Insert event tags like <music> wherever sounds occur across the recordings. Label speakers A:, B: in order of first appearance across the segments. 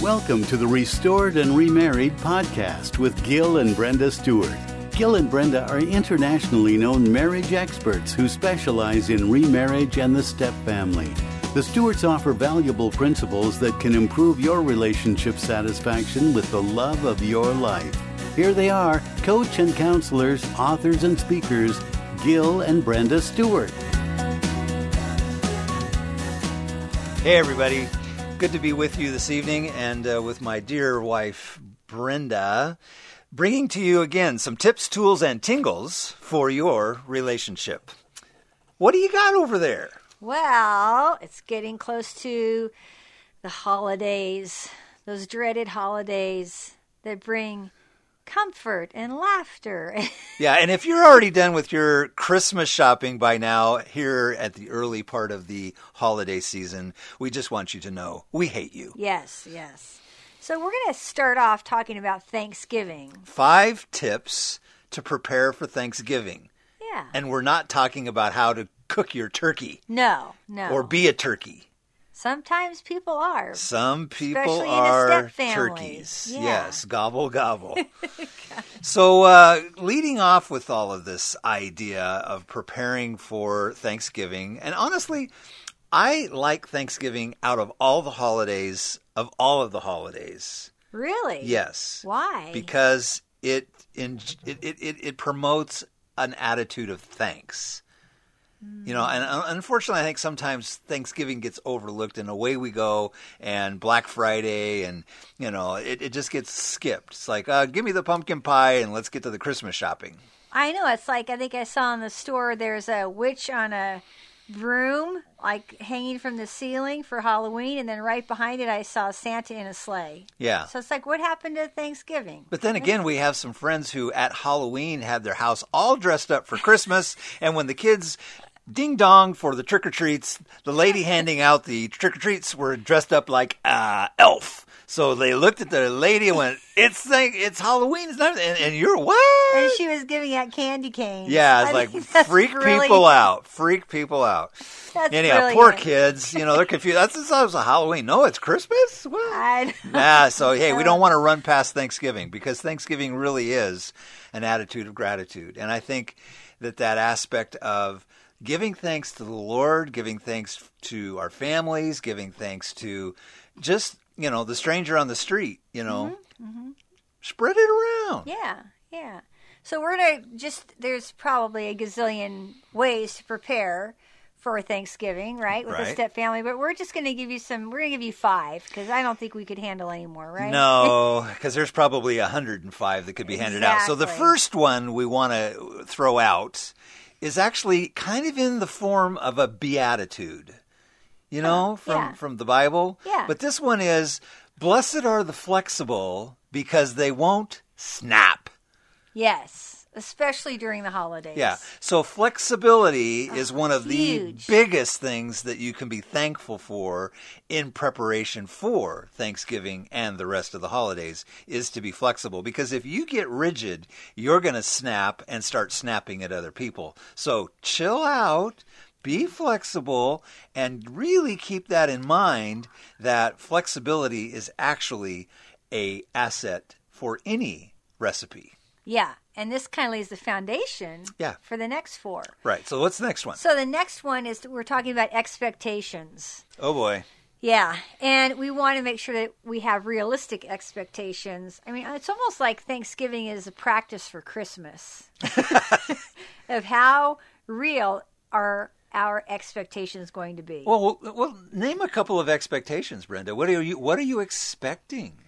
A: Welcome to the Restored and Remarried podcast with Gil and Brenda Stewart. Gil and Brenda are internationally known marriage experts who specialize in remarriage and the step family. The Stewarts offer valuable principles that can improve your relationship satisfaction with the love of your life. Here they are, coach and counselors, authors and speakers, Gil and Brenda Stewart.
B: Hey, everybody. Good to be with you this evening and uh, with my dear wife, Brenda, bringing to you again some tips, tools, and tingles for your relationship. What do you got over there?
C: Well, it's getting close to the holidays, those dreaded holidays that bring comfort and laughter. <laughs>
B: Yeah, and if you're already done with your Christmas shopping by now, here at the early part of the holiday season, we just want you to know we hate you.
C: yes, yes. So we're going to start off talking about Thanksgiving.
B: Five tips to prepare for Thanksgiving.
C: Yeah.
B: And we're not talking about how to cook your turkey
C: no, no.
B: or be a turkey.
C: Sometimes people are.
B: Some people
C: Especially in a
B: are
C: step family.
B: turkeys.
C: Yeah.
B: Yes, gobble
C: <laughs>
B: gobble. so, uh, leading off with all of this idea of preparing for Thanksgiving, and honestly, I like Thanksgiving out of all the holidays, of all of the holidays.
C: Really?
B: Yes.
C: Why?
B: Because it, in, it, it, it, it promotes an attitude of thanks. You know, and uh, unfortunately, I think sometimes Thanksgiving gets overlooked, and away we go, and Black Friday, and you know, it, it just gets skipped. It's like, uh, give me the pumpkin pie, and let's get to the Christmas shopping.
C: I know. It's like, I think I saw in the store there's a witch on a broom, like hanging from the ceiling for Halloween. And then right behind it, I saw Santa in a sleigh.
B: Yeah.
C: So it's like, what happened to Thanksgiving?
B: But then again, we have some friends who at Halloween had their house all dressed up for Christmas, and when the kids ding dong for the trick or treats, the
C: <laughs>
B: lady handing out the trick or treats were dressed up like uh, elf. So they looked at the lady and went, "It's like it's Halloween, it's not, and, and you're what?"
C: And she was giving out candy canes.
B: Yeah,
C: I
B: it's like
C: mean, that's
B: freak
C: really-
B: people out. Freak people out.
C: That's
B: Anyhow, poor
C: brilliant.
B: kids, you know, they're confused. That's it's always a Halloween. No, it's Christmas? What?
C: I know.
B: Nah, so hey, we don't want to run past Thanksgiving because Thanksgiving really is an attitude of gratitude. And I think that that aspect of giving thanks to the Lord, giving thanks to our families, giving thanks to just, you know, the stranger on the street, you know, spread it around.
C: Yeah, yeah. So we're gonna just there's probably a gazillion ways to prepare for Thanksgiving, right? With
B: Right.
C: a step family, but we're just gonna give you some. We're gonna give you five because I don't think we could handle any more, right?
B: No, because there's probably 105 that could be handed out. So the
C: Exactly.
B: first one we want to throw out is actually kind of in the form of a beatitude, you know, from
C: Uh-huh. yeah.
B: from the Bible.
C: Yeah.
B: But this one is, "Blessed are the flexible, because they won't snap."
C: Yes, especially during the holidays.
B: Yeah. So flexibility is one of
C: huge.
B: the biggest things that you can be thankful for in preparation for Thanksgiving and the rest of the holidays is to be flexible because if you get rigid, you're going to snap and start snapping at other people. So chill out, be flexible and really keep that in mind that flexibility is actually a asset for any recipe.
C: yeah. And this kind of lays the foundation.
B: Yeah.
C: For the next four.
B: Right. So what's the next one?
C: So the next one is we're talking about expectations.
B: Oh boy.
C: Yeah, and we want to make sure that we have realistic expectations. I mean, it's almost like Thanksgiving is a practice for Christmas <laughs> of how real are our expectations going to be. Well,
B: Well, well, well, name a couple of expectations, Brenda. What are you What are you expecting?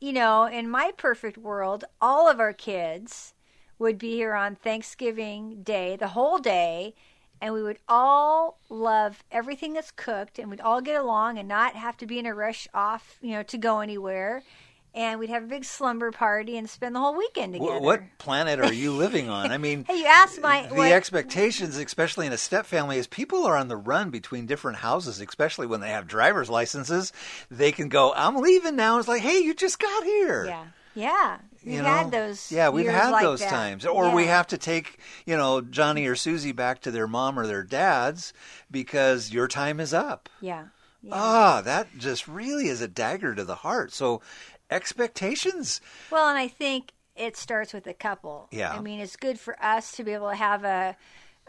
C: you know, in my perfect world, all of our kids would be here on Thanksgiving Day, the whole day, and we would all love everything that's cooked and we'd all get along and not have to be in a rush off, you know, to go anywhere. And we'd have a big slumber party and spend the whole weekend
B: Wh-
C: together.
B: what planet are you living on? I mean,
C: <laughs> Hey, you asked my
B: the
C: what-
B: expectations, especially in a step family, is people are on the run between different houses. Especially when they have driver's licenses, they can go. I'm leaving now. It's like, hey, you just got here.
C: Yeah. Yeah. We've
B: you
C: had
B: know?
C: those
B: Yeah, we've
C: years
B: had
C: like
B: those
C: that.
B: times, or we
C: Yeah.
B: have to take you know Johnny or Susie back to their mom or their dad's because your time is up.
C: Yeah.
B: Ah, that just really is a dagger to the heart. So expectations.
C: Well, and I think it starts with the couple.
B: Yeah.
C: I mean, it's good for us to be able to have a,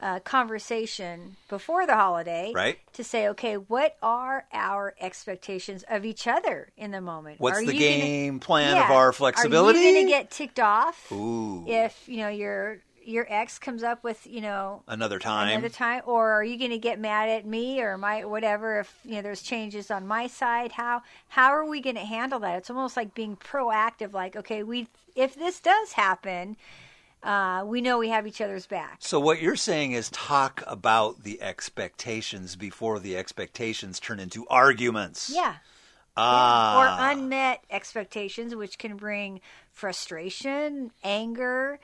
C: a conversation before the holiday.
B: Right.
C: To say, okay, what are our expectations of each other in the moment?
B: What's
C: Are
B: the
C: you gonna-
B: game plan
C: Yeah.
B: of our flexibility?
C: Are you going to get ticked off
B: Ooh.
C: if, you know, your your ex comes up with, you know,
B: another time.
C: another time or are you going to get mad at me or my whatever if you know there's changes on my side how how are we going to handle that it's almost like being proactive like okay we if this does happen uh, we know we have each other's back
B: So what you're saying is talk about the expectations before the expectations turn into arguments.
C: yeah
B: Ah.
C: or unmet expectations which can bring frustration anger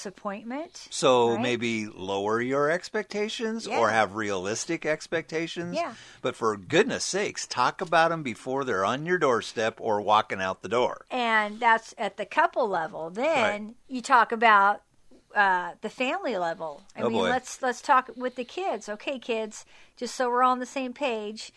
C: disappointment
B: So
C: right?
B: maybe lower your expectations or
C: Yeah.
B: have realistic expectations.
C: Yeah.
B: But for goodness sakes, talk about them before they're on your doorstep or walking out the door.
C: and that's at the couple level. Then you talk about uh, the family level. I
B: Oh,
C: mean,
B: boy.
C: let's let's talk with the kids. Okay, kids, just so we're all on the same page.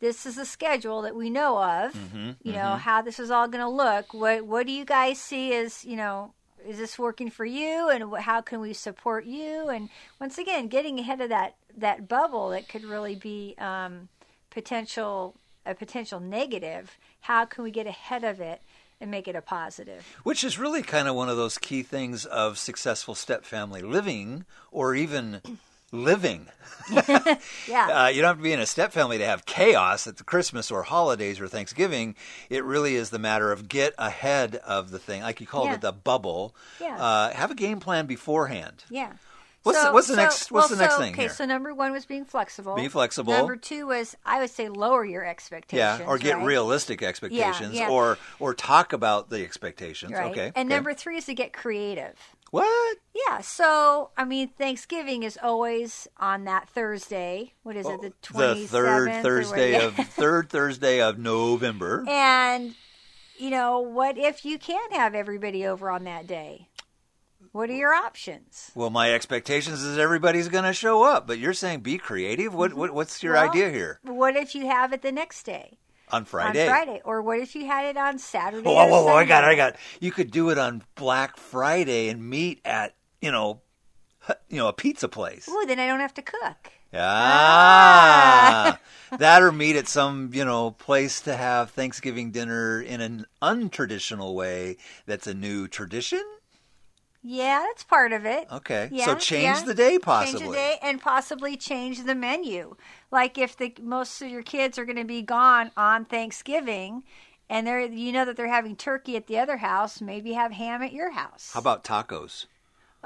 C: This is the schedule that we know of.
B: Mm-hmm,
C: you know how this is all going to look. What what do you guys see as you know? Is this working for you? And wh- how can we support you? And once again, getting ahead of that that bubble that could really be um, potential a potential negative. How can we get ahead of it and make it a positive?
B: Which is really kind of one of those key things of successful step family living or even living.
C: <laughs> Yeah.
B: Uh, you don't have to be in a step family to have chaos at the Christmas or holidays or Thanksgiving. It really is the matter of get ahead of the thing, like you called
C: Yeah.
B: it, the bubble.
C: Yeah.
B: Uh, have a game plan beforehand.
C: Yeah.
B: What's the- what's the next- what's
C: well,
B: the next
C: so,
B: thing
C: Okay,
B: here?
C: so number one was being flexible.
B: Be flexible.
C: Number two was I would say lower your expectations.
B: Yeah, or get
C: right?
B: realistic expectations,
C: yeah.
B: or or talk about the expectations.
C: Right.
B: Okay,
C: And
B: okay.
C: number three is to get creative.
B: what?
C: Yeah. So I mean, Thanksgiving is always on that Thursday. What is it? The twenty
B: Oh, The third Thursday
C: <laughs>
B: of third Thursday of November.
C: And you know, what if you can't have everybody over on that day? What are your options?
B: Well, my expectations is everybody's going to show up, but you're saying be creative. What, what what's your
C: Well,
B: idea here
C: What if you have it the next day?
B: on Friday?
C: On Friday. Or what if you had it on Saturday?
B: Whoa,
C: or
B: whoa, whoa, I got, it, I
C: Sunday?
B: got. it. You could do it on Black Friday and meet at you know, you know, a pizza place.
C: Ooh, then I don't have to cook.
B: Ah, that or meet at some you know place to have Thanksgiving dinner in an untraditional way. That's a new tradition.
C: Yeah, that's part of it.
B: Okay,
C: Yeah,
B: so change
C: yeah.
B: the day possibly.
C: Change the day and possibly change the menu. Like if the most of your kids are going to be gone on Thanksgiving, and they're you know that they're having turkey at the other house, maybe have ham at your house.
B: How about tacos?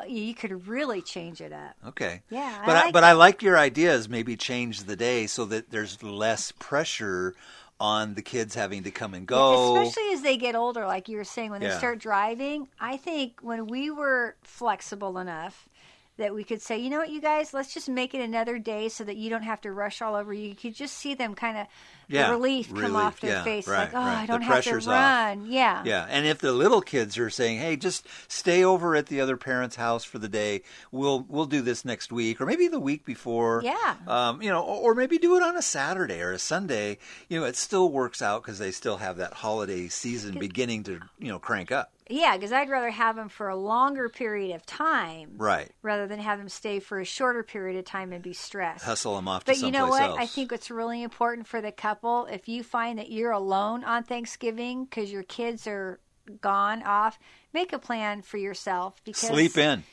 C: you could really change it up?
B: Okay.
C: Yeah, I
B: But I,
C: like
B: but I like your ideas. Maybe change the day so that there's less pressure on the kids having to come and go.
C: Especially as they get older, like you were saying, when they
B: Yeah.
C: start driving, I think when we were flexible enough that we could say, you know what, you guys, let's just make it another day so that you don't have to rush all over. You could just see them kind of
B: Yeah,
C: relief, come
B: relief,
C: off their
B: yeah,
C: face,
B: right,
C: like, oh,
B: right.
C: I
B: The
C: don't have to
B: pressure's off.
C: run. Yeah.
B: yeah, and if the little kids are saying, "Hey, just stay over at the other parent's house for the day. We'll we'll do this next week, or maybe the week before.
C: Yeah.
B: um, you know, or, or maybe do it on a Saturday or a Sunday. You know, it still works out because they still have that holiday season beginning to you know crank up.
C: Yeah, because I'd rather have them for a longer period of time
B: Right,
C: rather than have them stay for a shorter period of time and be stressed.
B: hustle them off
C: But
B: to
C: you
B: someplace
C: know what?
B: else.
C: I think what's really important for the couple, if you find that you're alone on Thanksgiving because your kids are gone off, make a plan for yourself. Because
B: sleep in.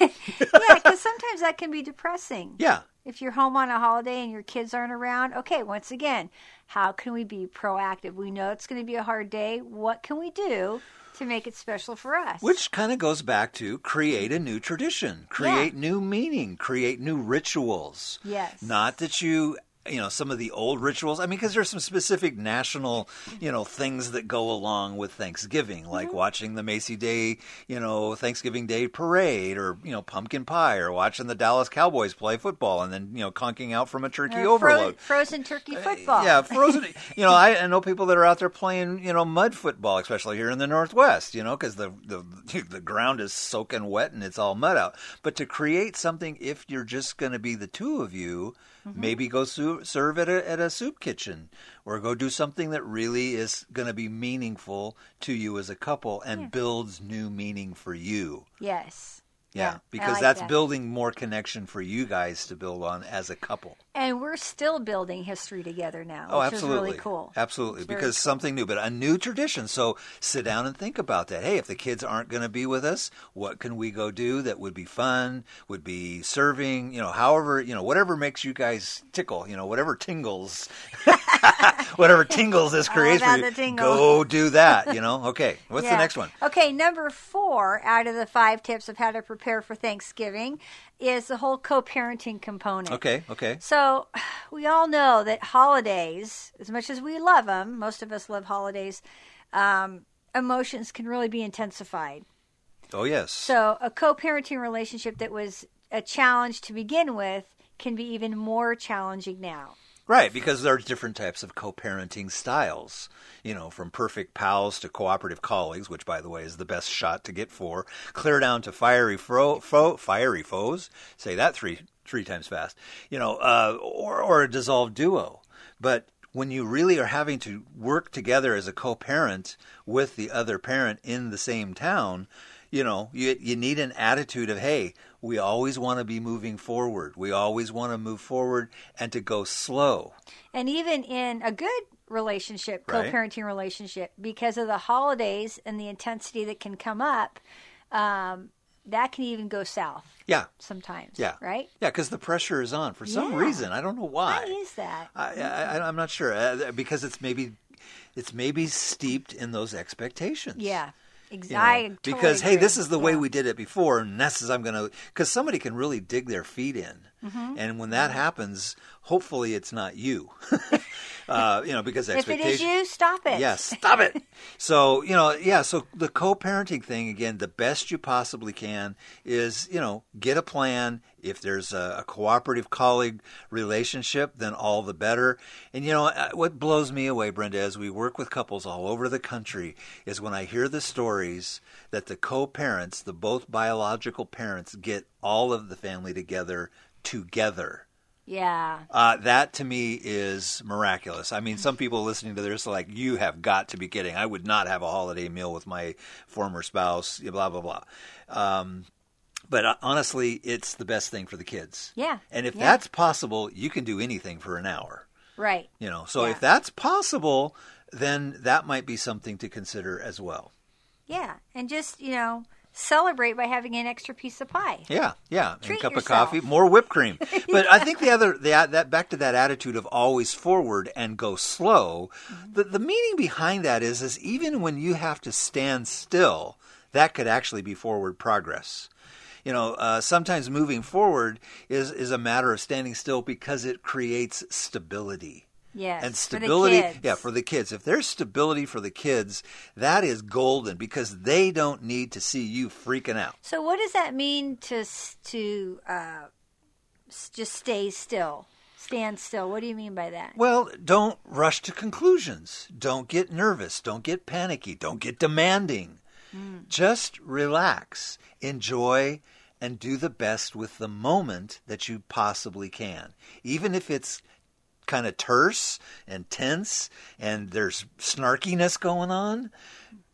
C: yeah,
B: <laughs>
C: because sometimes that can be depressing.
B: Yeah,
C: If you're home on a holiday and your kids aren't around, okay, once again, how can we be proactive? We know it's going to be a hard day. What can we do to make it special for us?
B: Which kind of goes back to create a new tradition, create new meaning, create new rituals.
C: Yes.
B: Not that you, you know, some of the old rituals. I mean, because there's some specific national, you know, things that go along with Thanksgiving, like
C: Mm-hmm.
B: watching the Macy Day, you know, Thanksgiving Day parade or, you know, pumpkin pie or watching the Dallas Cowboys play football and then, you know, conking out from a turkey
C: Or fro-
B: overload.
C: frozen turkey football.
B: Uh, Yeah, frozen. you know, I, I know people that are out there playing, you know, mud football, especially here in the Northwest. You know, because the, the <laughs> the ground is soaking wet and it's all mud out. But to create something, if you're just going to be the two of you,
C: Mm-hmm.
B: Maybe go su- serve at a, at a soup kitchen or go do something that really is going to be meaningful to you as a couple
C: Hmm.
B: and builds new meaning for you.
C: Yes.
B: Yeah,
C: I
B: because
C: like
B: that's
C: that.
B: building more connection for you guys to build on as a couple.
C: And we're still building history together now.
B: Oh,
C: which
B: absolutely.
C: Is really cool.
B: Absolutely.
C: It's very
B: Because
C: cool.
B: something new, but a new tradition. So sit down and think about that. Hey, if the kids aren't going to be with us, what can we go do that would be fun, would be serving, you know, however, you know, whatever makes you guys tickle, you know, whatever tingles, <laughs> whatever tingles
C: <laughs>
B: this creates for
C: about
B: you,
C: the tingle.
B: go do that,
C: <laughs>
B: you know? Okay. What's
C: Yeah.
B: the next one?
C: Okay, number four out of the five tips of how to prepare for Thanksgiving is the whole co parenting component.
B: Okay. Okay.
C: So, <sighs> we all know that holidays, as much as we love them, most of us love holidays, um, emotions can really be intensified.
B: Oh, yes.
C: So, a co parenting relationship that was a challenge to begin with can be even more challenging now.
B: Right, because there are different types of co parenting styles. You know, from perfect pals to cooperative colleagues, which, by the way, is the best shot to get for, clear down to fiery, fro- fo- fiery foes. Say that three, three times fast. You know, uh, or, or a dissolved duo. But when you really are having to work together as a co parent with the other parent in the same town, you know you you need an attitude of hey we always want to be moving forward we always want to move forward and to go slow
C: and even in a good relationship,
B: Right.
C: co-parenting relationship, because of the holidays and the intensity that can come up, um, that can even go south
B: yeah
C: sometimes.
B: yeah
C: right.
B: yeah because the pressure is on for some
C: Yeah.
B: reason i don't know why
C: Why is that?
B: I, I i'm not sure uh, because it's maybe it's maybe steeped in those expectations
C: yeah, exactly.
B: you know, because hey, this is the way we did it before, and this is I'm gonna because somebody can really dig their feet in,
C: Mm-hmm.
B: and when that happens, hopefully it's not
C: <laughs>
B: you, <laughs> uh, you know, because
C: If it is
B: expectation.
C: you, stop it.
B: Yeah, stop it. <laughs> so, you know, yeah, so the co parenting thing, again, the best you possibly can is, you know, get a plan. If there's a, a cooperative colleague relationship, then all the better. And, you know, uh, what blows me away, Brenda, as we work with couples all over the country, is when I hear the stories that the co parents, the both biological parents, get all of the family together together.
C: Yeah.
B: Uh, that to me is miraculous. I mean, some people listening to this are like, you have got to be kidding. I would not have a holiday meal with my former spouse, blah, blah, blah. Um, but uh, honestly, it's the best thing for the kids.
C: Yeah.
B: And if
C: Yeah.
B: that's possible, you can do anything for an hour.
C: Right.
B: You know, so
C: Yeah.
B: if that's possible, then that might be something to consider as well.
C: Yeah, and just you know celebrate by having an extra piece of pie.
B: Yeah, yeah, and
C: Treat
B: cup of
C: yourself.
B: coffee, more whipped
C: <laughs>
B: cream. But I think the other the, that back to that attitude of always forward and go slow. The the meaning behind that is is even when you have to stand still, that could actually be forward progress. You know, uh, sometimes moving forward is is a matter of standing still because it creates stability
C: Yes.
B: and
C: for the
B: stability
C: kids.
B: yeah for the kids if there's stability for the kids that is golden because they don't need to see you freaking out
C: So, what does that mean to s- to uh, s- just stay still, stand still? What do you mean by that?
B: Well, don't rush to conclusions. Don't get nervous. Don't get panicky. Don't get demanding. Just relax, enjoy, and do the best with the moment that you possibly can. Even if it's kind of terse and tense and there's snarkiness going on,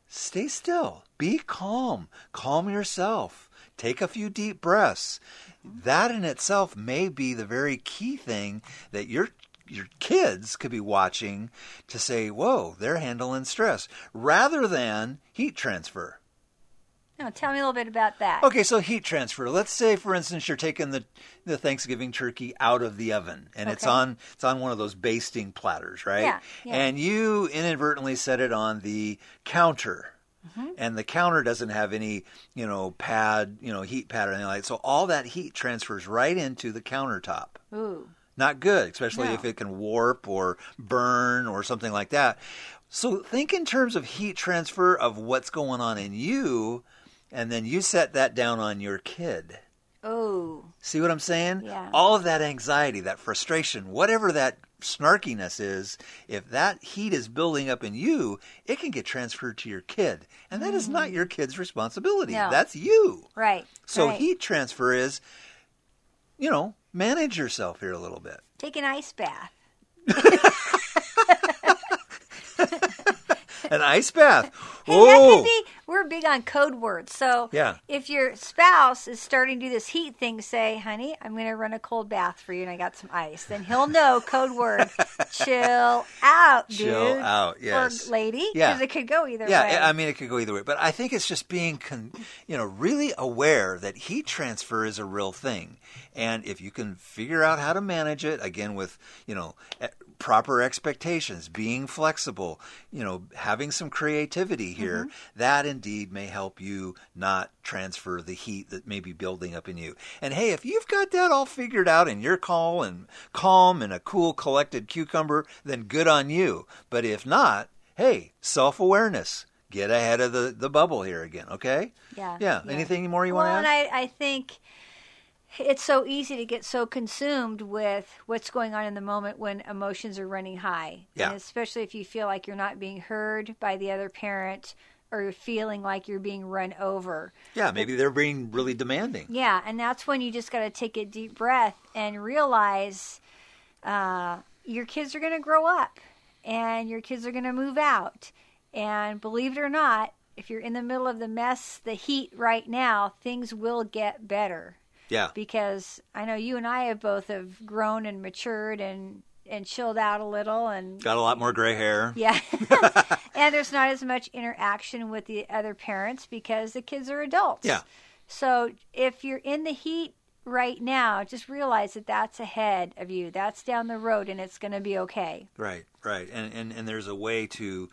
B: stay still. Be calm. Calm yourself. Take a few deep breaths. That in itself may be the very key thing that your your kids could be watching to say, "Whoa, they're handling stress," rather than heat transfer.
C: No, tell me a little bit about that.
B: Okay, so heat transfer. Let's say, for instance, you're taking the the Thanksgiving turkey out of the oven, and it's
C: Okay.
B: on it's on one of those basting platters, right?
C: Yeah, yeah.
B: And you inadvertently set it on the counter,
C: Mm-hmm.
B: and the counter doesn't have any you know pad, you know heat pad or anything like that. So all that heat transfers right into the countertop
C: Ooh,
B: not good, especially
C: No.
B: if it can warp or burn or something like that. So think in terms of heat transfer of what's going on in you, and then you set that down on your kid.
C: ooh,
B: See what I'm saying?
C: Yeah.
B: All of that anxiety, that frustration, whatever that snarkiness is, if that heat is building up in you, it can get transferred to your kid. And that is not your kid's responsibility.
C: Mm. No.
B: That's you.
C: right.
B: So
C: right.
B: heat transfer is you know, manage yourself here a little bit.
C: Take an ice bath.
B: An ice
C: <laughs>
B: bath.
C: Hey, that
B: Whoa.
C: could be. We're big on code words, so
B: Yeah.
C: if your spouse is starting to do this heat thing, say, "Honey, I'm going to run a cold bath for you, and I got some ice." Then he'll know code
B: <laughs>
C: word. chill out, dude.
B: Chill out, yes.
C: or lady.
B: Yeah.
C: because it could go either
B: yeah,
C: way.
B: I- I mean, it could go either way, but I think it's just being, con- you know, really aware that heat transfer is a real thing, and if you can figure out how to manage it, again with you know e- proper expectations, being flexible, you know, having some creativity here, that indeed may help you not transfer the heat that may be building up in you. And hey, if you've got that all figured out and you're calm and calm and a cool, collected cucumber, then good on you. But if not hey, self awareness. Get ahead of the, the bubble here again, okay?
C: Yeah,
B: Yeah.
C: yeah.
B: Anything more you
C: well,
B: want
C: and
B: to add?
C: I, I think it's so easy to get so consumed with what's going on in the moment when emotions are running high.
B: Yeah.
C: And especially if you feel like you're not being heard by the other parent or you're feeling like you're being run over.
B: yeah, maybe they're being really demanding.
C: Yeah, and that's when you just got to take a deep breath and realize uh, your kids are going to grow up and your kids are going to move out. And believe it or not, if you're in the middle of the mess, the heat right now, things will get better
B: Yeah.
C: because I know you and I have both have grown and matured and and chilled out a little and <laughs>
B: Got a lot more gray hair. <laughs>
C: yeah. and there's not as much interaction with the other parents because the kids are adults.
B: Yeah.
C: So if you're in the heat right now, just realize that that's ahead of you. That's down the road and it's going to be okay.
B: Right, right. And, and, and there's a way to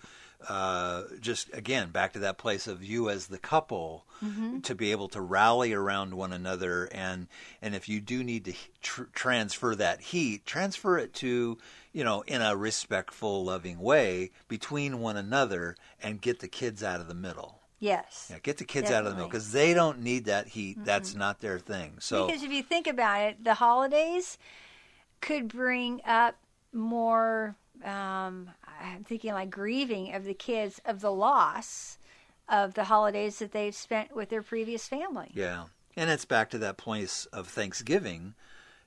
B: uh, just, again, back to that place of you as the couple
C: Mm-hmm.
B: to be able to rally around one another. And, and if you do need to he- tr- transfer that heat, transfer it to, you know, in a respectful, loving way between one another and get the kids out of the middle.
C: Yes.
B: Yeah, get the kids out of the middle
C: Definitely. Mm-hmm.
B: because they don't need that heat. That's not their thing. So
C: Because if you think about it, the holidays could bring up more. Um, I'm thinking like grieving of the kids of the loss of the holidays that they've spent with their previous family.
B: yeah, and it's back to that place of Thanksgiving.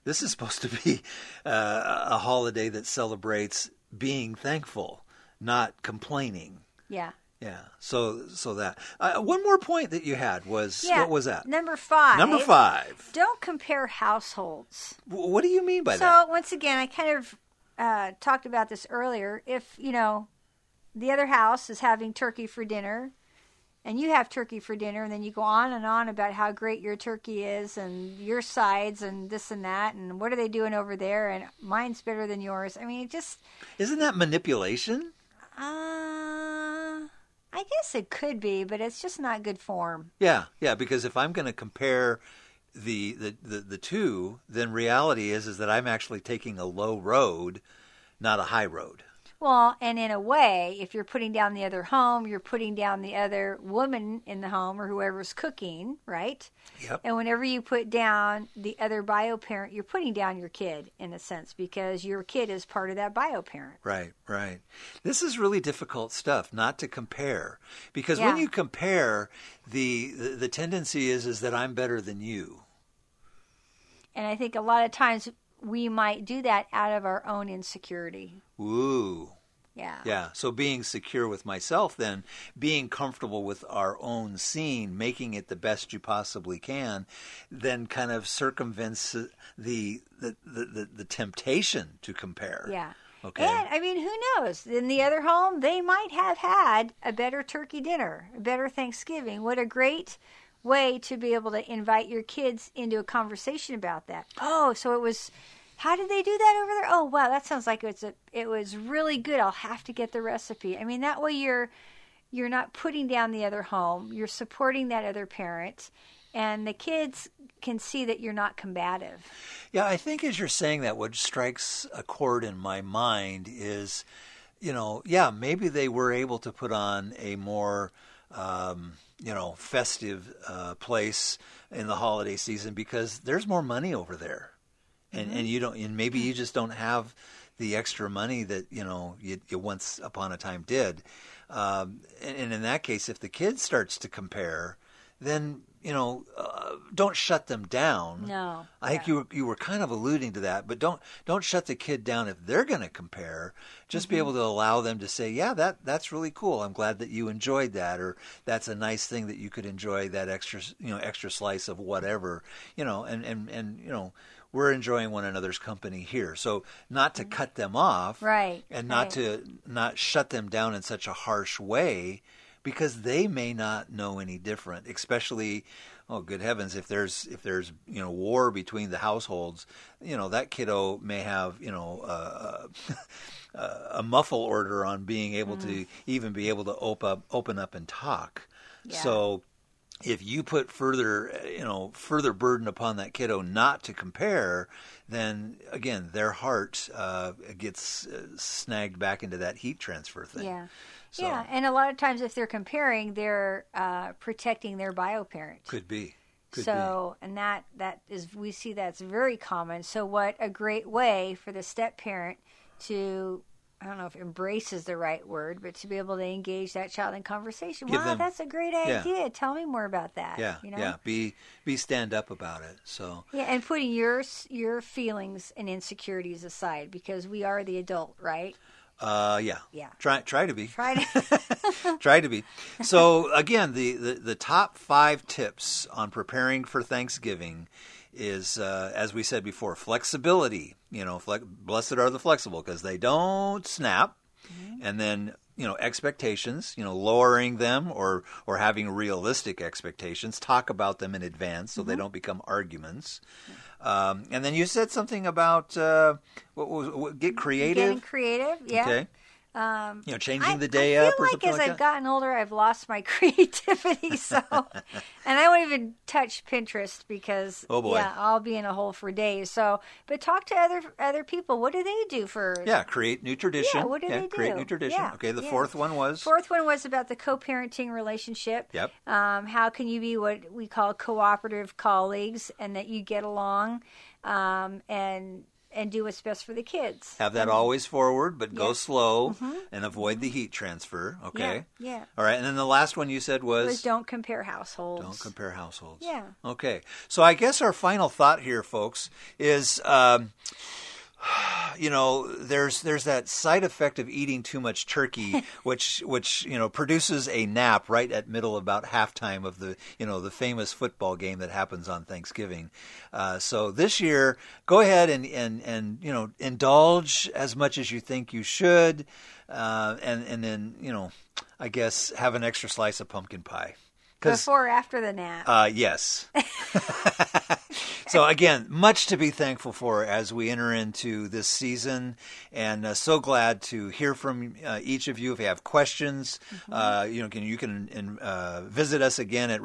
B: This is <laughs> supposed to be uh, a holiday that celebrates being thankful, not complaining.
C: Yeah.
B: Yeah. So so that uh, one more point that you had was
C: Yeah.
B: what was that?
C: Number five.
B: Number five.
C: Don't compare households.
B: W- What do you mean by
C: so
B: that?
C: once again, I kind of uh, talked about this earlier. If you know the other house is having turkey for dinner, and you have turkey for dinner, and then you go on and on about how great your turkey is, and your sides, and this and that, and what are they doing over there, and mine's better than yours. I mean, it just
B: Isn't that manipulation?
C: uh, I guess it could be, but it's just not good form.
B: Yeah, yeah. Because if I'm going to compare the, the the the two, then reality is is that I'm actually taking a low road, not a high road.
C: Well, and in a way, if you're putting down the other home, you're putting down the other woman in the home or whoever's cooking, right?
B: Yep.
C: And whenever you put down the other bio parent, you're putting down your kid in a sense because your kid is part of that bio parent.
B: Right, right. This is really difficult stuff not to compare because when
C: Yeah.
B: you compare, the, the the tendency is is that I'm better than you.
C: And I think a lot of times we might do that out of our own insecurity.
B: Ooh.
C: Yeah.
B: Yeah. So being secure with myself, then being comfortable with our own scene, making it the best you possibly can, then kind of circumvents the the the, the, the temptation to compare.
C: Yeah.
B: Okay.
C: And I mean, who knows? In the other home, they might have had a better turkey dinner, a better Thanksgiving. What a great way to be able to invite your kids into a conversation about that. Oh, so it was. How did they do that over there? Oh, wow, that sounds like it's a. It was really good. I'll have to get the recipe. I mean, that way you're you're not putting down the other home. You're supporting that other parent, and the kids can see that you're not combative.
B: Yeah, I think as you're saying that, what strikes a chord in my mind is, you know, yeah, maybe they were able to put on a more, um, you know, festive uh, place in the holiday season because there's more money over there, and and you don't, and maybe you just don't have the extra money that you know you, you once upon a time did, um, and, and in that case, if the kid starts to compare, then you know, uh, don't shut them down.
C: No.
B: I think you were, you were kind of alluding to that, but don't don't shut the kid down if they're going to compare. Just
C: Mm-hmm.
B: be able to allow them to say, "Yeah, that that's really cool. I'm glad that you enjoyed that," or "That's a nice thing that you could enjoy that extra s- you know extra slice of whatever." You know, and and and you know. We're enjoying one another's company here, so not to cut them off,
C: Mm-hmm. Right,
B: And not
C: right.
B: to not shut them down in such a harsh way, because they may not know any different especially oh good heavens if there's if there's you know war between the households you know that kiddo may have you know uh, <laughs> uh, a muffle order on being able to even be able to op- up, open up and talk
C: Yeah.
B: so if you put further uh, you know further burden upon that kiddo not to compare then again their heart uh, gets uh, snagged back into that heat transfer thing
C: Yeah.
B: So-
C: Yeah, and a lot of times if they're comparing, they're uh, protecting their bio parent.
B: could be could be
C: so, and that that is we see that's very common. So, what a great way for the step parent to I don't know if embrace is the right word, but to be able to engage that child in conversation.
B: Give
C: wow,
B: them-
C: that's a great
B: yeah.
C: idea. Tell me more about that.
B: Yeah,
C: uh, you know?
B: yeah. Be be stand up about it. So
C: Yeah, and putting your s- your feelings and insecurities aside because we are the adult, right?
B: uh, yeah,
C: Yeah.
B: Try try to be <laughs>
C: Try to
B: try to be. So again, the, the the top five tips on preparing for Thanksgiving is, uh, as we said before, flexibility. You know, flex, blessed are the flexible because they don't snap,
C: Mm-hmm.
B: and then. You know expectations. You know lowering them or or having realistic expectations. Talk about them in advance so
C: Mm-hmm.
B: they don't become arguments. Um, and then you said something about uh, what, was what, get
C: getting
B: creative.
C: creative. Yeah.
B: Okay. Um, you know, changing
C: I-
B: the day
C: I feel
B: up or
C: like
B: something
C: as
B: like that.
C: I've gotten older, I've lost my <laughs> creativity. So, and I won't even touch Pinterest because
B: Oh, boy.
C: yeah, I'll be in a hole for days. So, but talk to other other people. What do they do for?
B: Yeah, create new tradition.
C: Yeah, what do they
B: create
C: do?
B: new tradition.
C: Yeah,
B: okay, the
C: yeah.
B: fourth one was
C: Fourth one was about the co-parenting relationship.
B: Yep.
C: Um, how can you be what we call cooperative colleagues, and that you get along, um, and and do what's best for the kids.
B: have that always forward, but go
C: Yeah. Mm-hmm.
B: slow and avoid the heat transfer. Okay.
C: Yeah. yeah.
B: All right, and then the last one you said was,
C: Was don't compare households.
B: Don't compare households.
C: Yeah.
B: Okay. So I guess our final thought here, folks, is um, <sighs> you know there's there's that side effect of eating too much
C: <laughs>
B: turkey, which which you know produces a nap right at middle about halftime of the you know the famous football game that happens on Thanksgiving. Uh, so this year, go ahead and and and you know indulge as much as you think you should, uh, and and then you know. I guess have an extra slice of pumpkin pie. 'Cause-
C: Before or after the nap.
B: uh, yes. <laughs> so again, much to be thankful for as we enter into this season, and uh, so glad to hear from uh, each of you. If you have questions, uh, you know, can you can in, uh, visit us again at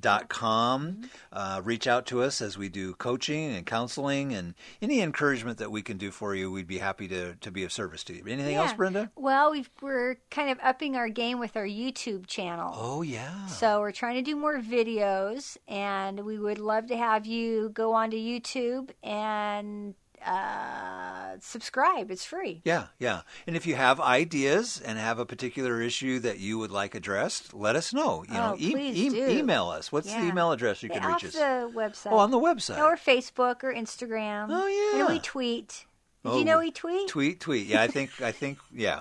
B: restoredandremarried.com. Uh, reach out to us as we do coaching and counseling, and any encouragement that we can do for you, we'd be happy to to be of service to you. Anything else,
C: Yeah.
B: Brenda?
C: Well, we've, we're kind of upping our game with our YouTube channel.
B: Oh yeah.
C: So we're trying to do more videos, and we would love to have you go onto YouTube and uh, subscribe. It's free.
B: Yeah, yeah. And if you have ideas and have a particular issue that you would like addressed, let us know. You know, e-,
C: Oh, please do.
B: email us. What's the
C: Yeah.
B: email address you
C: Yeah,
B: can reach
C: off
B: us?
C: the website.
B: Oh, on the website.
C: or Facebook or Instagram.
B: Oh,
C: And
B: yeah.
C: we tweet. Do
B: Oh,
C: you know we tweet?
B: tweet, tweet. Yeah, I think, I think, yeah.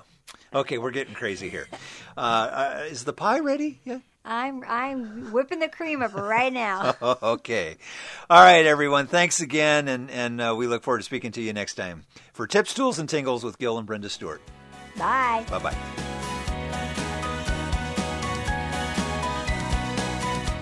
B: Okay, we're getting crazy here. Uh, uh, is the pie ready? Yeah.
C: I'm I'm whipping the cream up
B: <laughs>
C: right
B: Oh.
C: now.
B: okay. All right, everyone. Thanks again, and and uh, we look forward to speaking to you next time for tips, tools, and tingles with Gil and Brenda Stewart.
C: Bye.
B: Bye bye.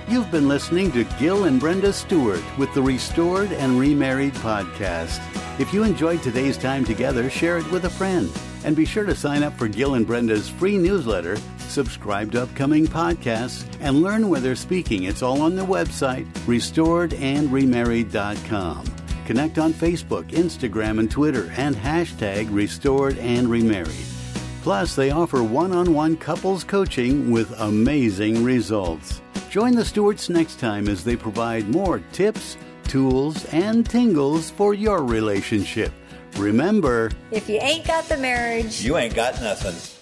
A: You've been listening to Gil and Brenda Stewart with the Restored and Remarried podcast. If you enjoyed today's time together, share it with a friend. And be sure to sign up for Gil and Brenda's free newsletter, subscribe to upcoming podcasts, and learn where they're speaking. It's all on the website, restoredandremarried.com. Connect on Facebook, Instagram, and Twitter, and hashtag restored and remarried. Plus, they offer one on one couples coaching with amazing results. Join the Stewarts next time as they provide more tips, tools, and tingles for your relationship. Remember,
C: If you ain't got the marriage,
B: You ain't got nothing.